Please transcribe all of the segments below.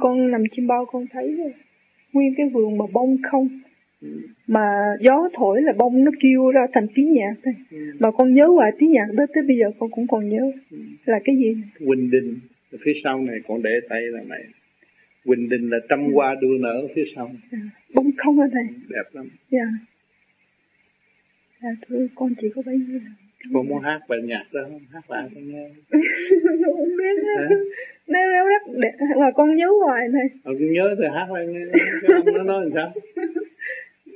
con nằm trên bao con thấy nguyên cái vườn mà bông không mà gió thổi là bông nó kêu ra thành tiếng nhạc thôi mà con nhớ hoài tiếng nhạc đó tới bây giờ con cũng còn nhớ là cái gì Quỳnh Đình phía sau này con để tay là này Quỳnh Đình là trăm hoa đua nở phía sau À, bông không ở đây đẹp lắm dạ dạ thôi con chỉ có bấy nhiêu là con muốn hát bài nhạc đó không hát lại con nghe không biết nữa. nếu nếu rất đẹp mà con nhớ hoài này Ờ, con nhớ thì hát lại nghe Cái ông nó nói làm sao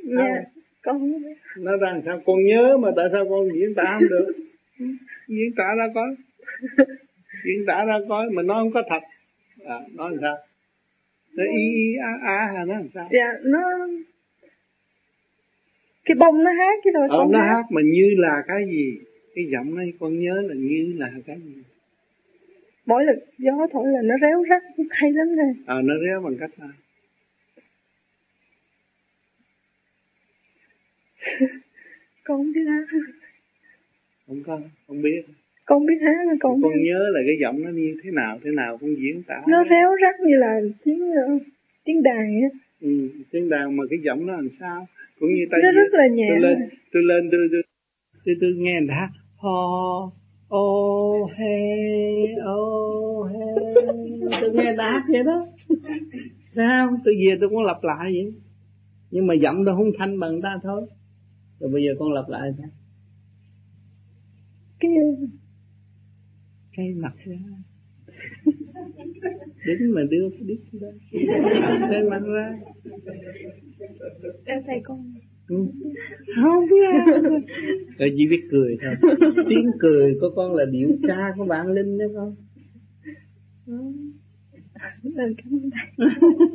dạ con không biết nó ra làm sao con nhớ mà tại sao con diễn tả không được diễn tả ra coi diễn tả ra coi mà nó không có thật à, nó làm sao nó y y a a hả nó làm sao dạ nó cái À, bông nó hát cái thôi ờ, con nó hát hát mà như là cái gì cái giọng này con nhớ là như là cái gì mỗi lần gió thổi là nó réo rắt hay lắm này ờ nó réo bằng cách nào con không biết hát không có không biết con không biết hát mà con con không biết. nhớ là cái giọng nó như thế nào thế nào con diễn tả nó réo rắt như là tiếng ờ, tiếng đàn á ừ, tiếng đàn mà cái giọng nó làm sao cũng như tay nó rất là nhẹ tôi lên tôi lên tôi tôi tôi, tôi nghe người ta hát ho ô he ô he tôi nghe người ta hát vậy đó sao tôi về tôi cũng lặp lại vậy nhưng mà giọng nó không thanh bằng người ta thôi rồi bây giờ con lặp lại sao cái cái mặt ra đứng mà đưa cái đít ra cái mặt ra em thấy con Ừ. không biết rồi chỉ biết cười thôi tiếng cười của con là điệu ca của bạn linh đó con ừ, cảm ơn Ờ. thầy